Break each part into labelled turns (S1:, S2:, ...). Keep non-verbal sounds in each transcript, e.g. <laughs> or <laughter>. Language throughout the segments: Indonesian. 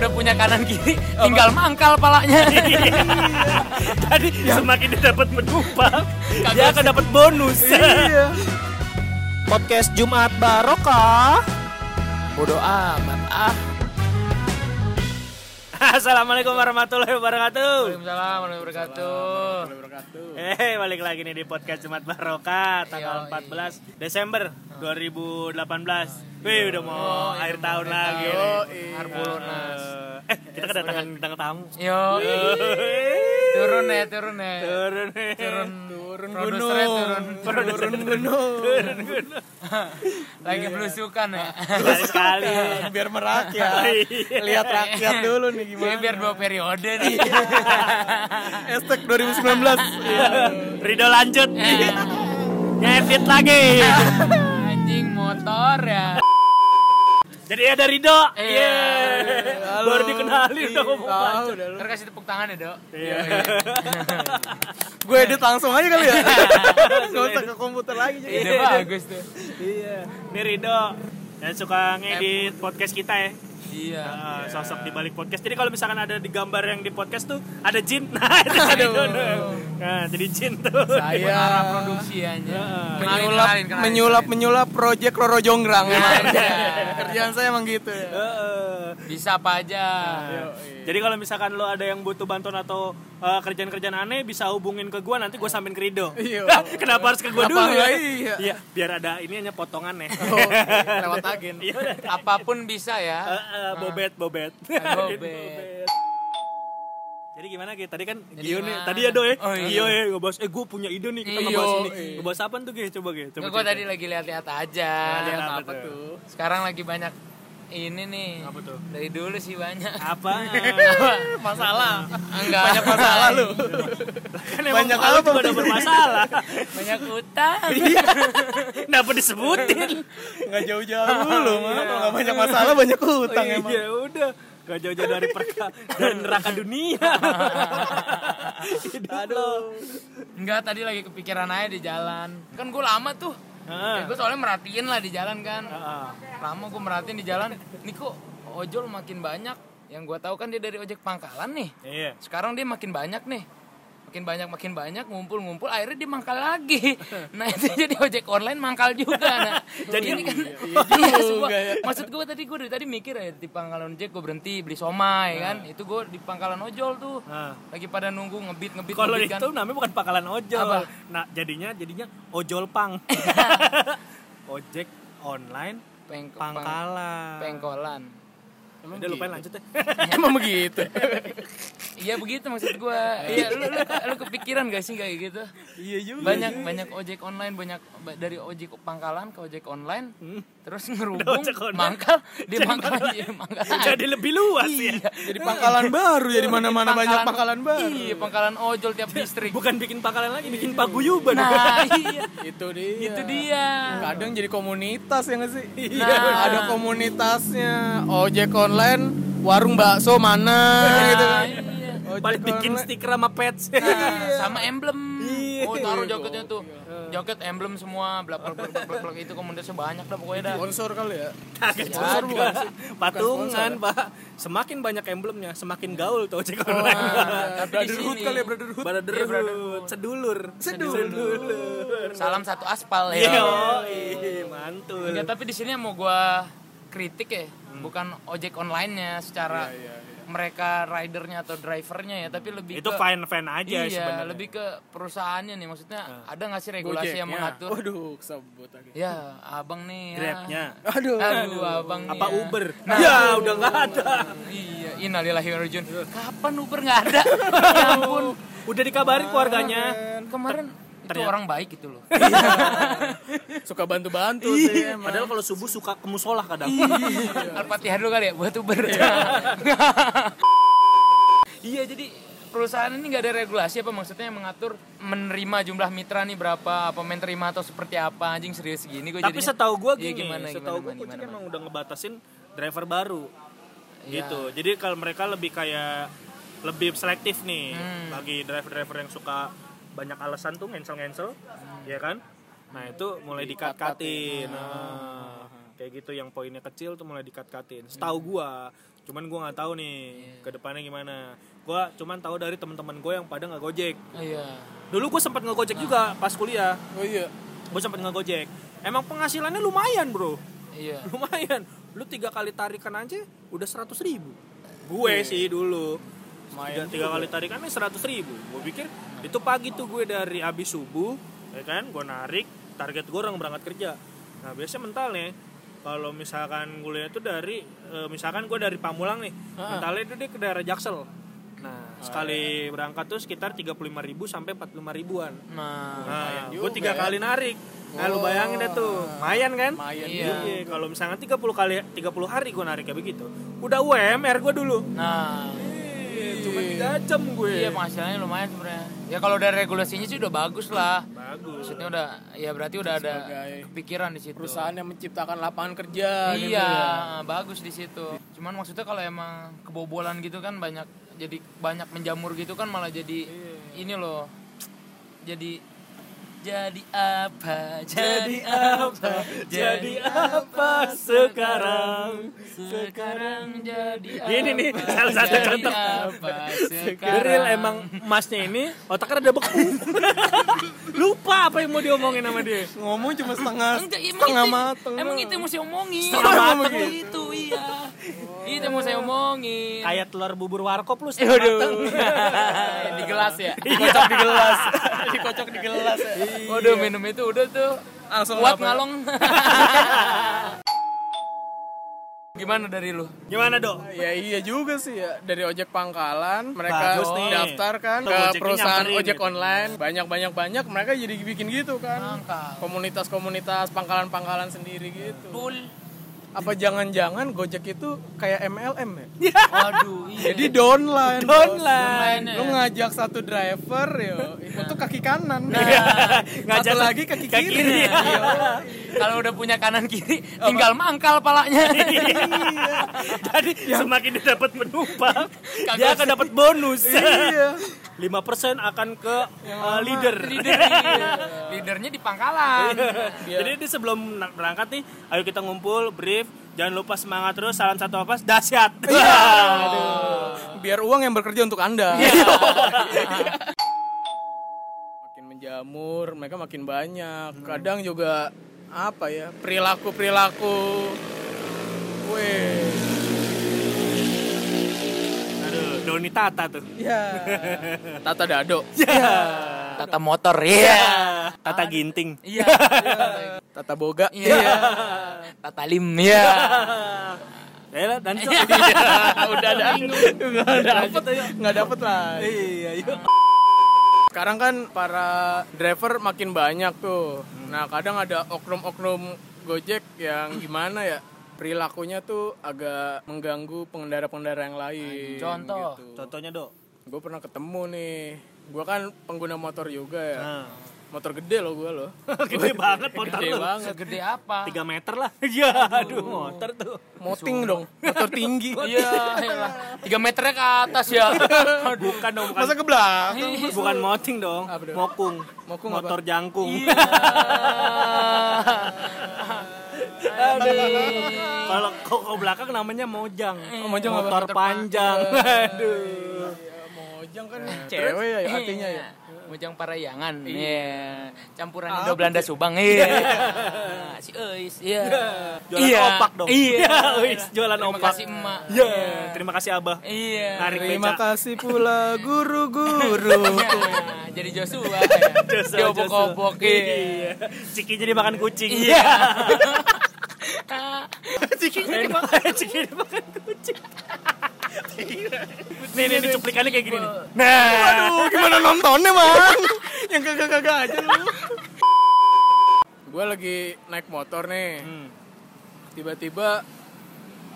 S1: udah punya kanan kiri, tinggal mangkal palanya.
S2: Tadi semakin dia dapat penumpang, dia akan dapat bonus. Iya.
S3: Podcast Jumat Barokah. Bodoh amat ah.
S2: <laughs> Assalamualaikum warahmatullahi wabarakatuh.
S1: Waalaikumsalam warahmatullahi wabarakatuh.
S2: Hei, balik lagi nih di podcast Jumat Barokah tanggal
S1: Yoi.
S2: 14 Desember 2018. Wih, Iya. udah mau akhir tahun lagi. nih.
S1: Harbolnas.
S2: Eh, kita kedatangan bintang tamu.
S1: Yo, turun ya, turun ya.
S2: Turun, nih.
S1: Turun, turun produsernya turun.
S2: Turun gunung. Turun gunung.
S1: Lagi belusukan ya.
S2: Sekali-sekali.
S3: Kan Biar
S2: Iya. <laughs>
S3: merakyat. Lihat rakyat dulu nih
S1: Ini
S3: gimana.
S1: biar dua periode nih. <laughs>
S3: Estek 2019.
S2: Iya. Ridho lanjut.
S1: Eh,
S2: Ngedit lagi.
S1: Anjing motor ya.
S2: Jadi ada Ridho.
S1: Iya.
S2: Iya. Baru dikenali
S3: Iya.
S2: udah ngomong
S3: Tahu
S2: lanjut.
S3: dah lu.
S1: Ntar kasih tepuk tangan ya, Dok.
S2: Iya.
S3: Gue edit langsung aja kali ya. Iya, Gak usah ke komputer lagi jadi. <laughs>
S1: Ide bagus tuh.
S2: Ini Ridho yang suka ngedit podcast kita ya.
S1: Iya.
S2: Ah, sosok di balik podcast. Jadi kalau misalkan ada di gambar yang di podcast tuh ada jin. <laughs> Nah, itu ada Ridho. Nah, jadi jin tuh.
S3: Saya
S1: Arah produksi aja.
S3: menyulap menyulap menyulap project Roro Jonggrang. Nah, iya. Kerjaan saya emang gitu
S2: Eh,
S3: ya.
S2: Heeh.
S1: Bisa apa aja.
S2: Jadi kalau misalkan lo ada yang butuh bantuan atau eh, kerjaan-kerjaan aneh bisa hubungin ke gua nanti gua sampein ke Rido.
S3: Iya.
S2: Hah, Kenapa harus ke gua
S3: Apa
S2: dulu ya?
S3: enggak? Iya.
S2: biar ada ini ya. hanya potongannya.
S3: Lewat agen.
S2: Iya udah.
S1: Apapun bisa ya.
S2: <laughs> Eh, eh, bobet, bobet.
S1: bobet.
S2: Jadi gimana Ki? Tadi kan Gio nih,
S1: gimana?
S2: tadi ya Do ya.
S1: Oh, iya.
S2: Gio ya ngebahas eh gua punya ide nih kita
S1: Iyo,
S2: ngebahas ini.
S1: iya.
S2: Ngebahas apa tuh Ki? Coba Ki. Coba.
S1: Gue
S2: cerita.
S1: tadi lagi lihat-lihat aja.
S2: Lihat apa
S3: Apa
S2: tuh?
S3: tuh?
S1: Sekarang lagi banyak ini nih.
S2: Apa tuh?
S1: Dari dulu sih
S2: <laughs>
S1: banyak.
S2: Apa?
S3: Masalah.
S1: Enggak.
S3: Banyak masalah lu.
S2: kan emang
S3: Banyak
S2: kalau
S3: apa,
S2: juga ada
S3: Bang?
S2: bermasalah.
S1: <laughs> banyak utang.
S2: Iya. Kenapa disebutin?
S3: Nggak jauh-jauh lu mah. Kalau nggak banyak masalah banyak utang
S2: iya,
S3: emang.
S2: udah Gak jauh-jauh dari perka
S3: <laughs>
S2: dari neraka dunia. Aduh.
S1: Enggak, tadi lagi kepikiran aja di jalan. Kan gue lama tuh. Ya,
S2: Ah,
S1: gue soalnya merhatiin lah di jalan kan. Lama gue merhatiin di jalan. Nih kok ojol makin banyak. Yang gue tahu kan dia dari ojek pangkalan nih.
S2: Iya.
S1: Sekarang dia makin banyak nih. Makin banyak makin banyak ngumpul ngumpul akhirnya dia mangkal
S2: <laughs>
S1: lagi. Nah itu jadi ojek online mangkal juga. Nah,
S2: Jadi- ya.
S1: ini kan <laughs> iya,
S2: <laughs>
S1: sebuah- maksud gue tadi gue dari tadi mikir ya di pangkalan ojek gue berhenti beli somai kan. Itu gue di pangkalan ojol tuh.
S2: Nah.
S1: Lagi pada nunggu ngebit ngebit
S2: Kalau
S1: ngebit kan.
S2: itu namanya bukan pangkalan ojol.
S1: Apa?
S2: Nah, jadinya jadinya ojol
S3: <laughs>
S2: pang. <laughs> Ojek online
S1: Peng- pang-
S2: pangkalan.
S1: pengkolan.
S2: Udah lupain lanjut <laughs> deh.
S3: Emang gitu. begitu.
S1: Iya begitu maksud gue.
S2: <laughs>
S1: Iya lu, lu lu kepikiran gak sih kayak gitu?
S3: Iya juga.
S1: Banyak banyak ojek online banyak ba- dari ojek pangkalan ke ojek online
S3: Hmm.
S1: terus ngerubung
S2: ojek online.
S1: mangkal di mangkal di mangkal.
S2: Jadi lebih luas ya.
S3: Jadi pangkalan baru jadi mana-mana banyak pangkalan baru.
S1: Iya, pangkalan ojol tiap distrik.
S2: Bukan bikin pangkalan lagi, bikin paguyuban.
S1: Nah, iya.
S3: Itu dia.
S1: Itu dia.
S3: Kadang jadi komunitas ya nggak sih?
S2: Iya.
S3: Ada komunitasnya ojek online, warung bakso mana gitu
S1: Nah,
S3: kan.
S1: iya.
S3: Ojek
S2: Paling bikin
S3: online.
S2: stiker sama pets.
S1: Nah, sama emblem.
S2: Iya.
S1: Oh, taruh jaketnya tuh.
S3: Iya.
S1: Jaket emblem semua, blak blak blak blak, blak blak itu komunitasnya banyak dah pokoknya dah.
S3: sponsor kali ya.
S2: Kagak
S3: sponsor
S2: juga.
S3: bukan sih.
S2: Patungan, Pak. Semakin banyak emblemnya, semakin gaul tuh ojek
S1: Nah,
S2: online.
S1: tapi di
S3: Brotherhood
S1: sini
S3: kali ya, brotherhood.
S1: Iya,
S2: Brotherhood, sedulur. Sedulur.
S1: salam satu aspal ya.
S2: Iya, oi, mantul.
S1: Enggak, tapi di sini yang mau gua kritik ya,
S2: Hmm.
S1: bukan ojek online-nya
S2: Iya,
S1: secara mereka ridernya atau drivernya ya, tapi lebih
S2: Itu
S1: ke
S2: fan-fan aja
S1: iya,
S2: sebenarnya. Ah.
S1: lebih ke perusahaannya nih. Maksudnya ada nggak sih regulasi yang
S2: iya.
S3: Gojeknya.
S1: mengatur?
S3: Waduh, kesebut lagi.
S1: Ya, abang nih ya.
S2: Oh. Grabnya.
S3: Aduh.
S1: Aduh, abang nih
S2: Apa
S1: ya.
S2: Iya. Uber?
S1: Nah,
S2: ya, udah nggak ada.
S1: Iya, innalillahi wa inna ilaihi rajiun. Kapan Uber nggak
S2: <laughs>
S1: ada? ya ampun.
S2: Udah dikabarin keluarganya.
S1: Kemarin itu orang baik gitu loh.
S3: Suka bantu-bantu ya. sih
S2: Iya,
S3: emang.
S2: Padahal kalau subuh suka ke musola kadang.
S3: Iya.
S1: Al-Fatihah dulu kali ya buat Uber. iya jadi perusahaan ini nggak ada regulasi apa maksudnya yang mengatur menerima jumlah mitra nih berapa apa menerima atau seperti apa anjing serius gini gue
S2: Tapi setahu gua gini,
S1: iya, gimana,
S2: setahu
S1: gimana, gimana,
S2: gua
S1: Iya.
S2: Gojek
S1: gimana?
S2: emang udah ngebatasin driver baru. Gitu. Jadi kalau mereka lebih kayak lebih selektif nih
S1: Hmm.
S2: bagi driver-driver yang suka banyak alasan
S1: Hmm. Hmm.
S2: tuh ngensel-ngensel, ya kan? Nah, itu mulai dikat-katin. Nah, kayak gitu yang poinnya kecil tuh mulai dikat-katin setahu gua cuman gua nggak tahu nih
S1: Iya.
S2: ke depannya gimana gua cuman tahu dari teman-teman gua yang pada nggak gojek
S1: Iya.
S2: dulu gua sempat ngegojek juga pas kuliah
S3: Oh iya.
S2: gua sempat ngegojek emang penghasilannya lumayan bro <laughs>
S1: Iya.
S2: lumayan lu tiga kali tarikan aja udah seratus ribu gue sih dulu tiga, tiga kali tarikannya seratus ribu gue pikir itu pagi tuh gue dari abis subuh ya kan gue narik target gue orang berangkat kerja nah biasanya mentalnya kalau misalkan gue lihat tuh dari eh, misalkan gue dari Pamulang nih mentalnya itu dia ke daerah Jaksel nah sekali berangkat tuh sekitar 35.000 ribu sampai 45 ribuan
S1: Nah,
S2: Nah, gue tiga kali narik. Nah, lu bayangin deh tuh. Mayan kan?
S3: Mayan.
S2: Iya. Kalau misalnya 30 kali 30 hari gue narik kayak begitu. Udah UMR gue dulu.
S1: nah
S2: Iya, Cuma 3 jam gue.
S1: iya penghasilannya lumayan sebenarnya. Ya kalau dari regulasinya sih udah bagus lah.
S2: Bagus.
S1: Maksudnya udah ya berarti udah ada
S3: Sebagai
S1: kepikiran di situ.
S3: Perusahaan yang menciptakan lapangan kerja gitu
S1: iya,
S3: ya.
S1: bagus di situ. Cuman maksudnya kalau emang kebobolan gitu kan banyak jadi banyak menjamur gitu kan malah jadi
S2: Iya.
S1: ini loh. Jadi jadi apa? Jadi apa?
S2: Jadi apa sekarang?
S1: sekarang jadi apa?
S2: Ini nih, salah satu
S1: Jadi
S2: contoh.
S1: apa sekarang?
S2: Geril emang emasnya ini otaknya ada beku. Lupa apa yang mau diomongin sama dia.
S3: Ngomong cuma setengah
S1: Enggak, emang
S3: setengah
S1: itu-
S3: mateng.
S1: Emang itu yang mesti omongin.
S2: Setengah
S1: Emang
S2: mateng. gitu.
S1: itu iya. Itu yang mau saya omongin.
S2: Kayak telur bubur warkop lu setengah mateng.
S1: Aduh. <laughs> di gelas ya.
S2: Iya.
S3: Dikocok di <laughs> gelas. Dikocok di gelas. ya.
S1: Waduh minum itu udah tuh
S3: Langsung
S1: kuat
S3: lapar.
S1: ngalong. <laughs> Gimana dari lu?
S2: Gimana, Dok?
S3: Ya iya juga sih ya dari ojek pangkalan mereka
S2: Bagus nih.
S3: daftar kan
S2: Tuh,
S3: ke
S2: ojeknya
S3: perusahaan
S2: nyamperin
S3: ojek
S2: gitu.
S3: online banyak banyak banyak mereka jadi bikin gitu kan
S2: Ah.
S1: Angkal.
S3: komunitas-komunitas pangkalan-pangkalan sendiri gitu.
S1: Pul.
S3: Apa jangan-jangan Gojek itu kayak MLM ya?
S2: <laughs>
S1: Waduh, iya.
S3: Jadi downline.
S1: Downline,
S3: Lu
S1: ya.
S3: ngajak satu driver yo, itu tuh kaki kanan.
S2: Ngajak
S3: <laughs> Satu lagi kaki
S2: Nah. kaki
S3: kiri.
S2: kiri. ya.
S3: Yo.
S1: Iya. kalau udah punya kanan kiri tinggal mangkal palanya.
S2: Jadi semakin dia dapat penumpang,
S1: Kagak
S2: dia akan dapat bonus. <laughs>
S3: Iya.
S2: 5% akan ke uh, leader.
S1: Leader, iya. Leadernya di pangkalan.
S2: <laughs> Iya. Jadi dia sebelum na- berangkat nih, ayo kita ngumpul, brief, jangan lupa semangat terus, salam satu apa, dahsyat. Aduh.
S3: Biar uang yang bekerja untuk Anda. <laughs> makin menjamur, mereka makin banyak. Kadang juga apa ya? Perilaku-perilaku. Weh.
S2: Aduh, Doni Tata tuh.
S3: Ya. Tata Dado.
S1: Tata motor, iya.
S2: Tata Ginting.
S1: Iya.
S3: Tata Boga.
S1: Iya. Tata lim, iya.
S2: Ya lah, dan so-
S3: Iya. <laughs> Udah ada. Enggak dapet Enggak dapet lah.
S2: Iya, yuk.
S3: Sekarang kan para driver makin banyak tuh. Nah, kadang ada oknum-oknum Gojek yang gimana ya? Perilakunya tuh agak mengganggu pengendara-pengendara yang lain.
S1: Contoh.
S2: Contohnya, Dok.
S3: Gue pernah ketemu nih. Gue kan pengguna motor juga ya. Motor gede loh gue <laughs> loh.
S2: Nah. Gede banget motor
S3: Gede
S2: lu.
S3: banget.
S1: Segede apa?
S2: 3 meter lah. Iya, aduh, motor tuh.
S3: Moting dong. Motor <laughs> tinggi.
S1: Iya, iyalah. tiga meternya ke atas ya.
S2: Bukan dong, bukan
S3: Masa ke belakang?
S2: Bukan moting dong,
S3: Apa dong?
S2: mokung.
S3: Mokung
S2: Motor jangkung.
S1: Iya.
S2: Kalau kok ke belakang namanya mojang.
S3: mojang apa?
S2: motor
S3: Motor
S2: panjang. <laughs> Aduh.
S3: Iya, Mojang kan cewek ya artinya ya.
S1: Iya. Mujang Parayangan. Iya. Campuran Indo Belanda Subang. Iya. Nah, Si Eis. Iya.
S2: Jualan
S1: Iya.
S2: opak dong.
S1: Iya.
S2: wis, jualan
S1: Terima
S2: opak.
S1: kasih emak.
S2: Iya, Nah, terima kasih Abah.
S1: Iya.
S2: Narik
S3: Terima
S2: beca.
S3: kasih pula guru-guru.
S1: Nah, jadi Joshua.
S2: Joshua,
S1: Dia
S2: Joshua.
S1: obok-obok. Iya.
S2: Iya. Ciki jadi makan kucing.
S1: Iya.
S2: Ciki jadi makan <laughs> Ciki jadi makan kucing. nih, nih, nih, cuplikannya kayak gini nih. Nah,
S3: Aduh, gimana nontonnya, Mang? Yang kagak-kagak aja lu. Gue lagi naik motor nih.
S2: Hmm.
S3: Tiba-tiba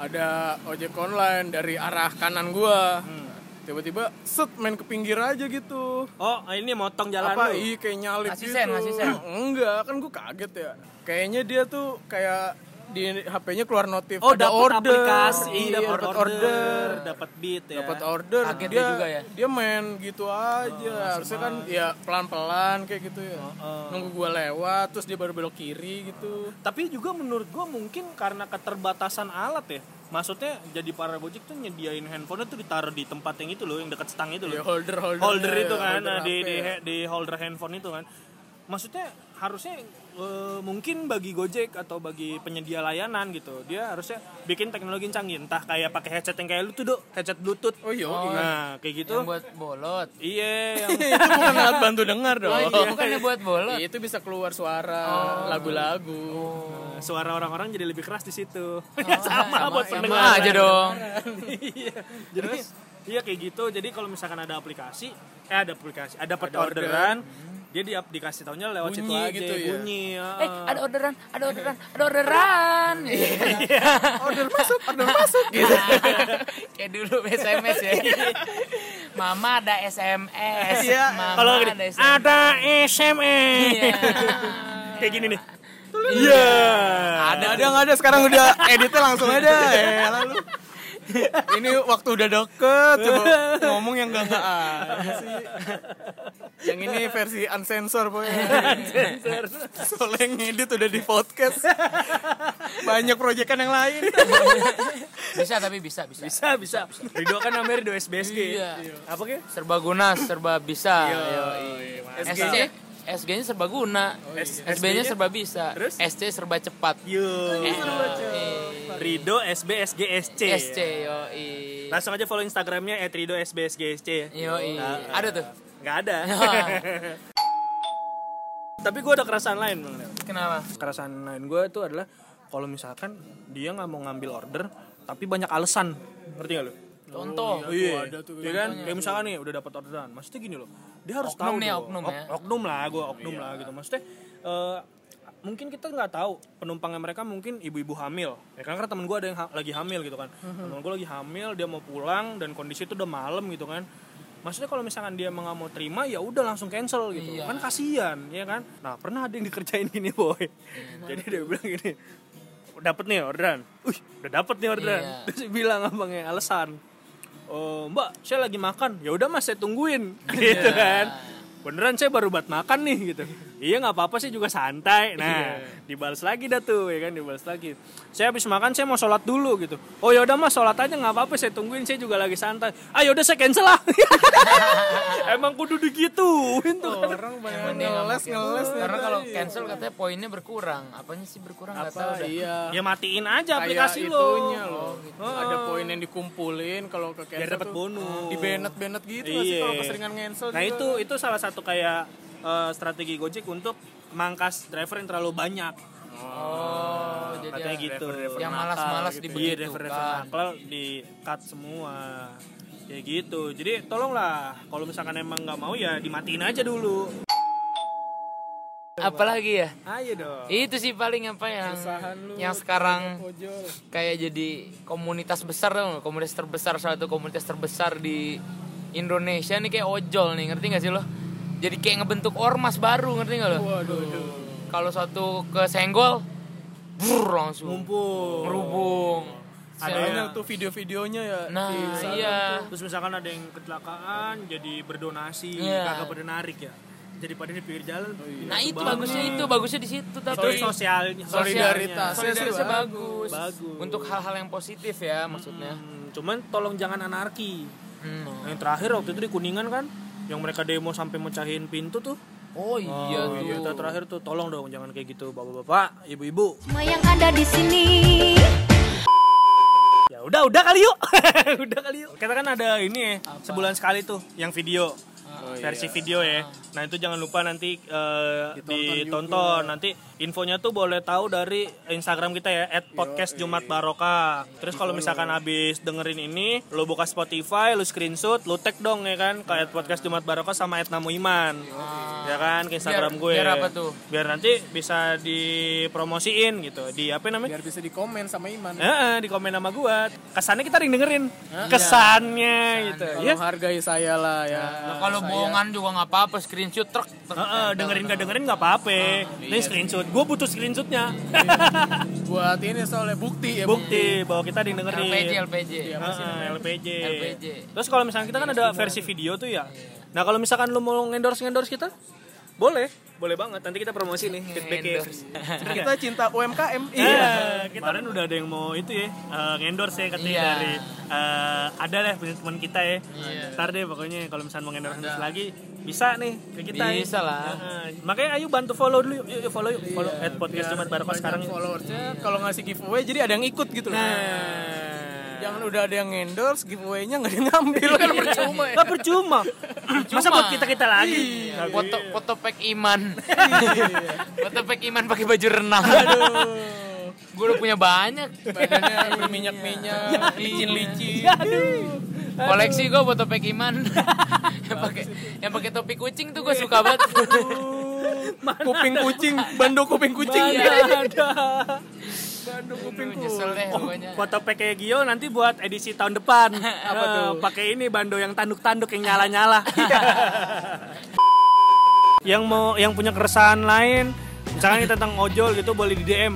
S3: ada ojek online dari arah kanan gua.
S2: Hmm.
S3: Tiba-tiba set main ke pinggir aja gitu.
S2: Oh, ini motong jalan
S3: Apa
S2: lu.
S3: iya kayak nyalip
S1: Ngasih
S3: <clears throat> gitu.
S1: sen, ngasih sen.
S3: Enggak, kan gue kaget ya. Kayaknya dia tuh kayak di HP-nya keluar notif
S2: Oh,
S3: ada
S2: dapat
S3: order,
S2: aplikasi,
S3: Iya,
S2: dapat order, dapat beat ya.
S3: dapat order
S1: Kaget
S3: dia
S1: dia juga ya?
S3: dia main gitu
S2: Oh,
S3: aja harusnya kan ya pelan pelan kayak gitu ya
S2: oh.
S3: nunggu gua lewat terus dia baru belok kiri gitu
S2: Tapi juga menurut gua mungkin karena keterbatasan alat ya. Maksudnya jadi para Gojek tuh nyediain handphone tuh ditaruh di tempat yang itu loh, yang dekat stang itu
S3: ya,
S2: loh.
S3: holder holder ya?
S2: holder itu kan nah, di, di di holder handphone itu kan maksudnya harusnya eh, mungkin bagi Gojek atau bagi penyedia layanan gitu dia harusnya bikin teknologi yang canggih entah kayak pakai headset yang kayak lu tuh Dok, headset bluetooth
S3: oh iya iya.
S2: nah kayak gitu
S1: yang buat bolot
S2: iya yang
S3: itu bukan alat bantu dengar dong Ya,
S1: oh iya bukannya buat bolot
S3: itu bisa keluar suara lagu-lagu Oh.
S2: eh, suara orang-orang jadi lebih keras di situ ya <laughs> sama,
S1: Oh,
S2: buat
S1: sama
S2: pendengar
S1: aja dong
S2: iya jadi iya kayak gitu jadi kalau misalkan ada aplikasi eh ada aplikasi ada dapat orderan dia di dikasih taunya lewat
S3: Bunyi
S2: situ aja
S3: gitu ya.
S2: bunyi ya.
S1: eh ada orderan ada orderan ada orderan
S3: order masuk <laughs> order masuk gitu
S1: <laughs> kayak dulu sms ya mama ada sms
S3: Iya.
S1: mama
S2: kalau gini, "Ah."
S1: ada sms
S2: ada SMS
S1: ya, Iya.
S2: kayak gini nih iya
S3: ada ada nggak ada sekarang udah editnya langsung <laughs> ada ya lalu ini waktu udah deket coba ngomong yang gak gak sih yang ini versi unsensor boy soalnya yang edit udah di podcast banyak proyekan yang lain
S1: bisa tapi bisa bisa
S2: bisa bisa Ridho kan namanya Ridho SBSG
S1: Iya.
S2: apa ke
S1: serba guna serba bisa
S2: iya.
S3: SG
S1: SC SG-nya serba guna, SB-nya serba bisa,
S2: Terus?
S1: SC serba cepat,
S2: yo
S1: Eh,
S2: Ridho SBSG SC
S1: SC yoi.
S2: langsung aja follow Instagramnya @ridho SBSG SC
S1: Yoi.
S2: Iya. Nah,
S1: Ada tuh.
S2: nggak <laughs> ada tapi gue ada kerasaan lain Bang Leo.
S1: Kenapa?
S2: kerasaan lain gue itu adalah kalau misalkan dia nggak mau ngambil order tapi banyak alasan ngerti gak lo
S1: Contoh.
S2: iya, ada tuh. Iya kan? Kayak misalkan nih udah dapat orderan, maksudnya gini loh. Dia harus
S1: Oknum
S2: tahu
S1: nih,
S2: dong.
S1: oknum ya.
S2: Ok- Oknum lah, gua oknum lah gitu. Maksudnya eh, mungkin kita nggak tahu penumpangnya mereka mungkin ibu-ibu hamil. Ya kan karena temen gua ada yang ha- lagi hamil gitu kan.
S1: Mhm.
S2: Temen gua lagi hamil, dia mau pulang dan kondisi itu udah malam gitu kan. Maksudnya kalau misalkan dia emang nggak mau terima ya udah langsung cancel gitu.
S1: Iya.
S2: Kan kasihan, ya kan? Nah, pernah ada yang dikerjain gini, boy. <laughs> Jadi dia bilang gini, dapat nih orderan. Wih, udah dapat nih orderan.
S1: Iya.
S2: Terus dia bilang abangnya alasan. Oh, Mbak, saya lagi makan. Ya udah Mas, saya tungguin. <laughs>
S3: Iya.
S2: gitu kan. Beneran saya baru buat makan nih gitu. iya nggak apa-apa sih juga
S3: Iya.
S2: santai. Nah, dibalas lagi dah tuh ya kan dibalas lagi. Saya habis makan saya mau sholat dulu gitu. Oh ya udah Mas, sholat aja nggak apa-apa saya tungguin saya juga lagi santai. Ah ya udah saya cancel lah. <laughs> Emang kudu digituin tuh. kan.
S3: orang banyak ngeles ngeles
S1: ya. Karena kalau cancel katanya poinnya berkurang. Apanya sih berkurang? Gak tahu. dah.
S3: iya
S2: Ya matiin aja
S3: kayak
S2: aplikasi lo.
S3: Iya,
S2: Oh, gitu.
S3: itunya loh ada poin yang dikumpulin kalau ke cancel
S2: Biar dapat
S3: tuh
S2: bonus.
S3: di benet benet gitu nggak sih
S2: Iya.
S3: kalau keseringan cancel
S2: Nah itu itu salah satu kayak eh, strategi Gojek untuk mangkas driver yang terlalu banyak
S1: Oh, jadi
S2: katanya
S1: yang-
S2: gitu.
S1: yang malas-malas kan.
S2: Iya
S1: dibegitu
S2: driver-driver nakal di cut semua ya gitu. Jadi tolonglah kalau misalkan emang nggak mau ya dimatiin aja dulu.
S1: Apalagi ya?
S3: Ah,
S2: Ayo
S3: iya
S2: dong.
S1: Itu sih paling apa yang yang sekarang kayak jadi komunitas besar dong komunitas terbesar salah satu komunitas terbesar di Indonesia nih kayak ojol nih ngerti gak sih lo jadi kayak ngebentuk ormas baru ngerti gak lo kalau satu kesenggol brr langsung
S2: Ngumpul.
S1: merubung
S2: Iya.
S3: ada yang tuh video-videonya ya
S1: nah iya
S2: Terus misalkan ada yang kecelakaan jadi berdonasi
S1: Iya.
S2: kagak pada narik ya. Jadi pada di pinggir jalan.
S1: nah itu bagusnya itu bagusnya di situ tapi
S2: Itu sosialnya.
S3: Solidaritas.
S1: solidaritasnya bagus.
S2: Bagus.
S1: untuk hal-hal yang positif ya maksudnya
S2: Hmm, cuman tolong jangan anarki.
S1: Hmm.
S2: Nah, Yang terakhir waktu itu di Kuningan kan, yang mereka demo sampai mecahin pintu tuh.
S1: oh iya
S2: Oh,
S1: tuh
S2: Kita terakhir tuh tolong dong jangan kayak gitu bapak-bapak, ibu-ibu.
S4: Semua yang ada di sini.
S2: Ya udah udah kali yuk. <laughs> udah kali yuk. Kita kan ada ini ya, sebulan sekali tuh yang video. versi video ya. Nah, itu jangan lupa nanti eh, ditonton. Nanti infonya tuh boleh tahu dari Instagram kita ya @podcastjumatbarokah. Terus kalau misalkan habis dengerin ini, lu buka Spotify, lu screenshot, lu tag dong ya kan ke @podcastjumatbarokah sama @namuiman. Ya kan ke Instagram
S1: Biar-
S2: gue.
S1: biar apa tuh?
S2: Biar nanti bisa dipromosiin gitu. Di apa namanya?
S3: biar bisa dikomen sama Iman
S2: Heeh, di komen sama gua. Kesannya kita ring dengerin. Kesannya gitu.
S3: Tolong
S2: Ya.
S3: hargai saya lah ya
S1: Nah, kalau
S3: Saya
S1: bohongan juga nggak apa-apa screenshot truk truk.
S2: Heeh, dengerin gak dengerin nggak iya. apa-apa. Ini screenshot. Gue butuh <laughs> screenshotnya.
S3: buat ini soalnya bukti ya
S2: Bukti bahwa kita ada yang dengerin.
S1: LPJ LPJ
S2: Heeh, LPJ.
S1: LPJ.
S2: Terus kalau misalnya kita kan ada versi video tuh ya. Nah kalau misalkan lu mau endorse endorse kita, boleh, boleh banget. Nanti kita promosi nih feedbacknya.
S1: Endorse.
S3: kita cinta UMKM
S2: Iya, kemarin udah ada yang mau itu ya, eh, endorse ya katanya
S1: Iya.
S2: dari eh, ada lah punya teman kita ya. Ntar deh pokoknya kalau misalnya mau endorse lagi bisa nih ke kita. ya.
S1: Bisa Iya, lah.
S2: Heeh. makanya ayo bantu follow dulu yuk, yuk, yuk follow yuk, follow at podcast Jumat Barokah sekarang. yuk.
S3: followersnya kalau ngasih giveaway jadi ada yang ikut gitu loh
S2: Nah.
S3: jangan udah ada yang endorse giveaway-nya nggak ada yang ngambil
S2: Iya.
S3: kan percuma ya
S2: Eh, Nggak percuma. Masa buat kita-kita lagi. Nggak
S1: Iya. Foto foto pack iman. foto pack iman pakai baju renang. Gue udah punya banyak.
S3: badannya
S2: Iya.
S3: berminyak-minyak licin-licin
S1: Koleksi gue foto pack iman. <laughs> yang pakai yang pakai topi kucing tuh gue suka banget.
S3: kuping kucing bando kuping kucing
S2: Mana Iya, ada.
S3: bando kuping
S1: Aduh, Nyesel deh pokoknya.
S2: Oh, Foto pakai Gio nanti buat edisi tahun depan.
S3: <laughs>
S2: Apa tuh? Pakai ini bando yang tanduk-tanduk yang nyala-nyala. <laughs> yang mau yang punya keresahan lain, misalnya tentang ojol gitu boleh di DM.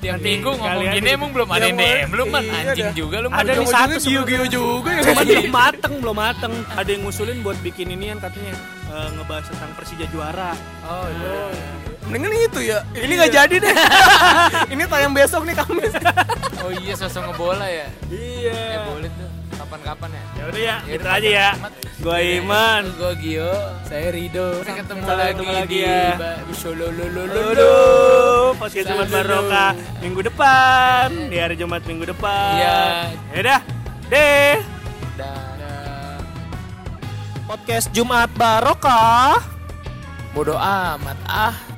S1: Yang bingung ngomong
S2: kalian-
S1: gini emang belum ada yang DM lu man
S3: Iya,
S1: anjing
S3: dah.
S1: juga lu man.
S2: Ada nih satu
S3: ujung-ujungnya giu-giu juga ya
S2: Cuman belum mateng, belum mateng. Ada yang ngusulin buat bikin ini kan katanya eh, ngebahas tentang Persija juara. Iya.
S3: Oh, iya. Mendingan itu ya. Ini nggak jadi deh. ini tayang besok nih Kamis.
S1: Oh iya sosok ngebola ya. Ya
S2: Iya.
S1: boleh tuh kapan-kapan ya.
S2: <laughs> Ya udah ya,
S1: Ya
S2: gitu
S1: udah,
S2: aja ya.
S1: Ahmad.
S2: Gua
S3: Iya,
S2: Iman.
S1: Gue Kan Gio.
S3: Saya Rido.
S1: Sampai ketemu
S2: Sampai
S1: lagi,
S2: ketemu lagi
S1: di
S2: ya.
S1: Ba-
S2: Lulu, podcast Jumat Barokah minggu depan, di hari Jumat minggu depan.
S1: Iya.
S2: Yaudah, deh.
S1: Dah.
S2: Podcast Jumat Barokah.
S1: Bodoh amat ah.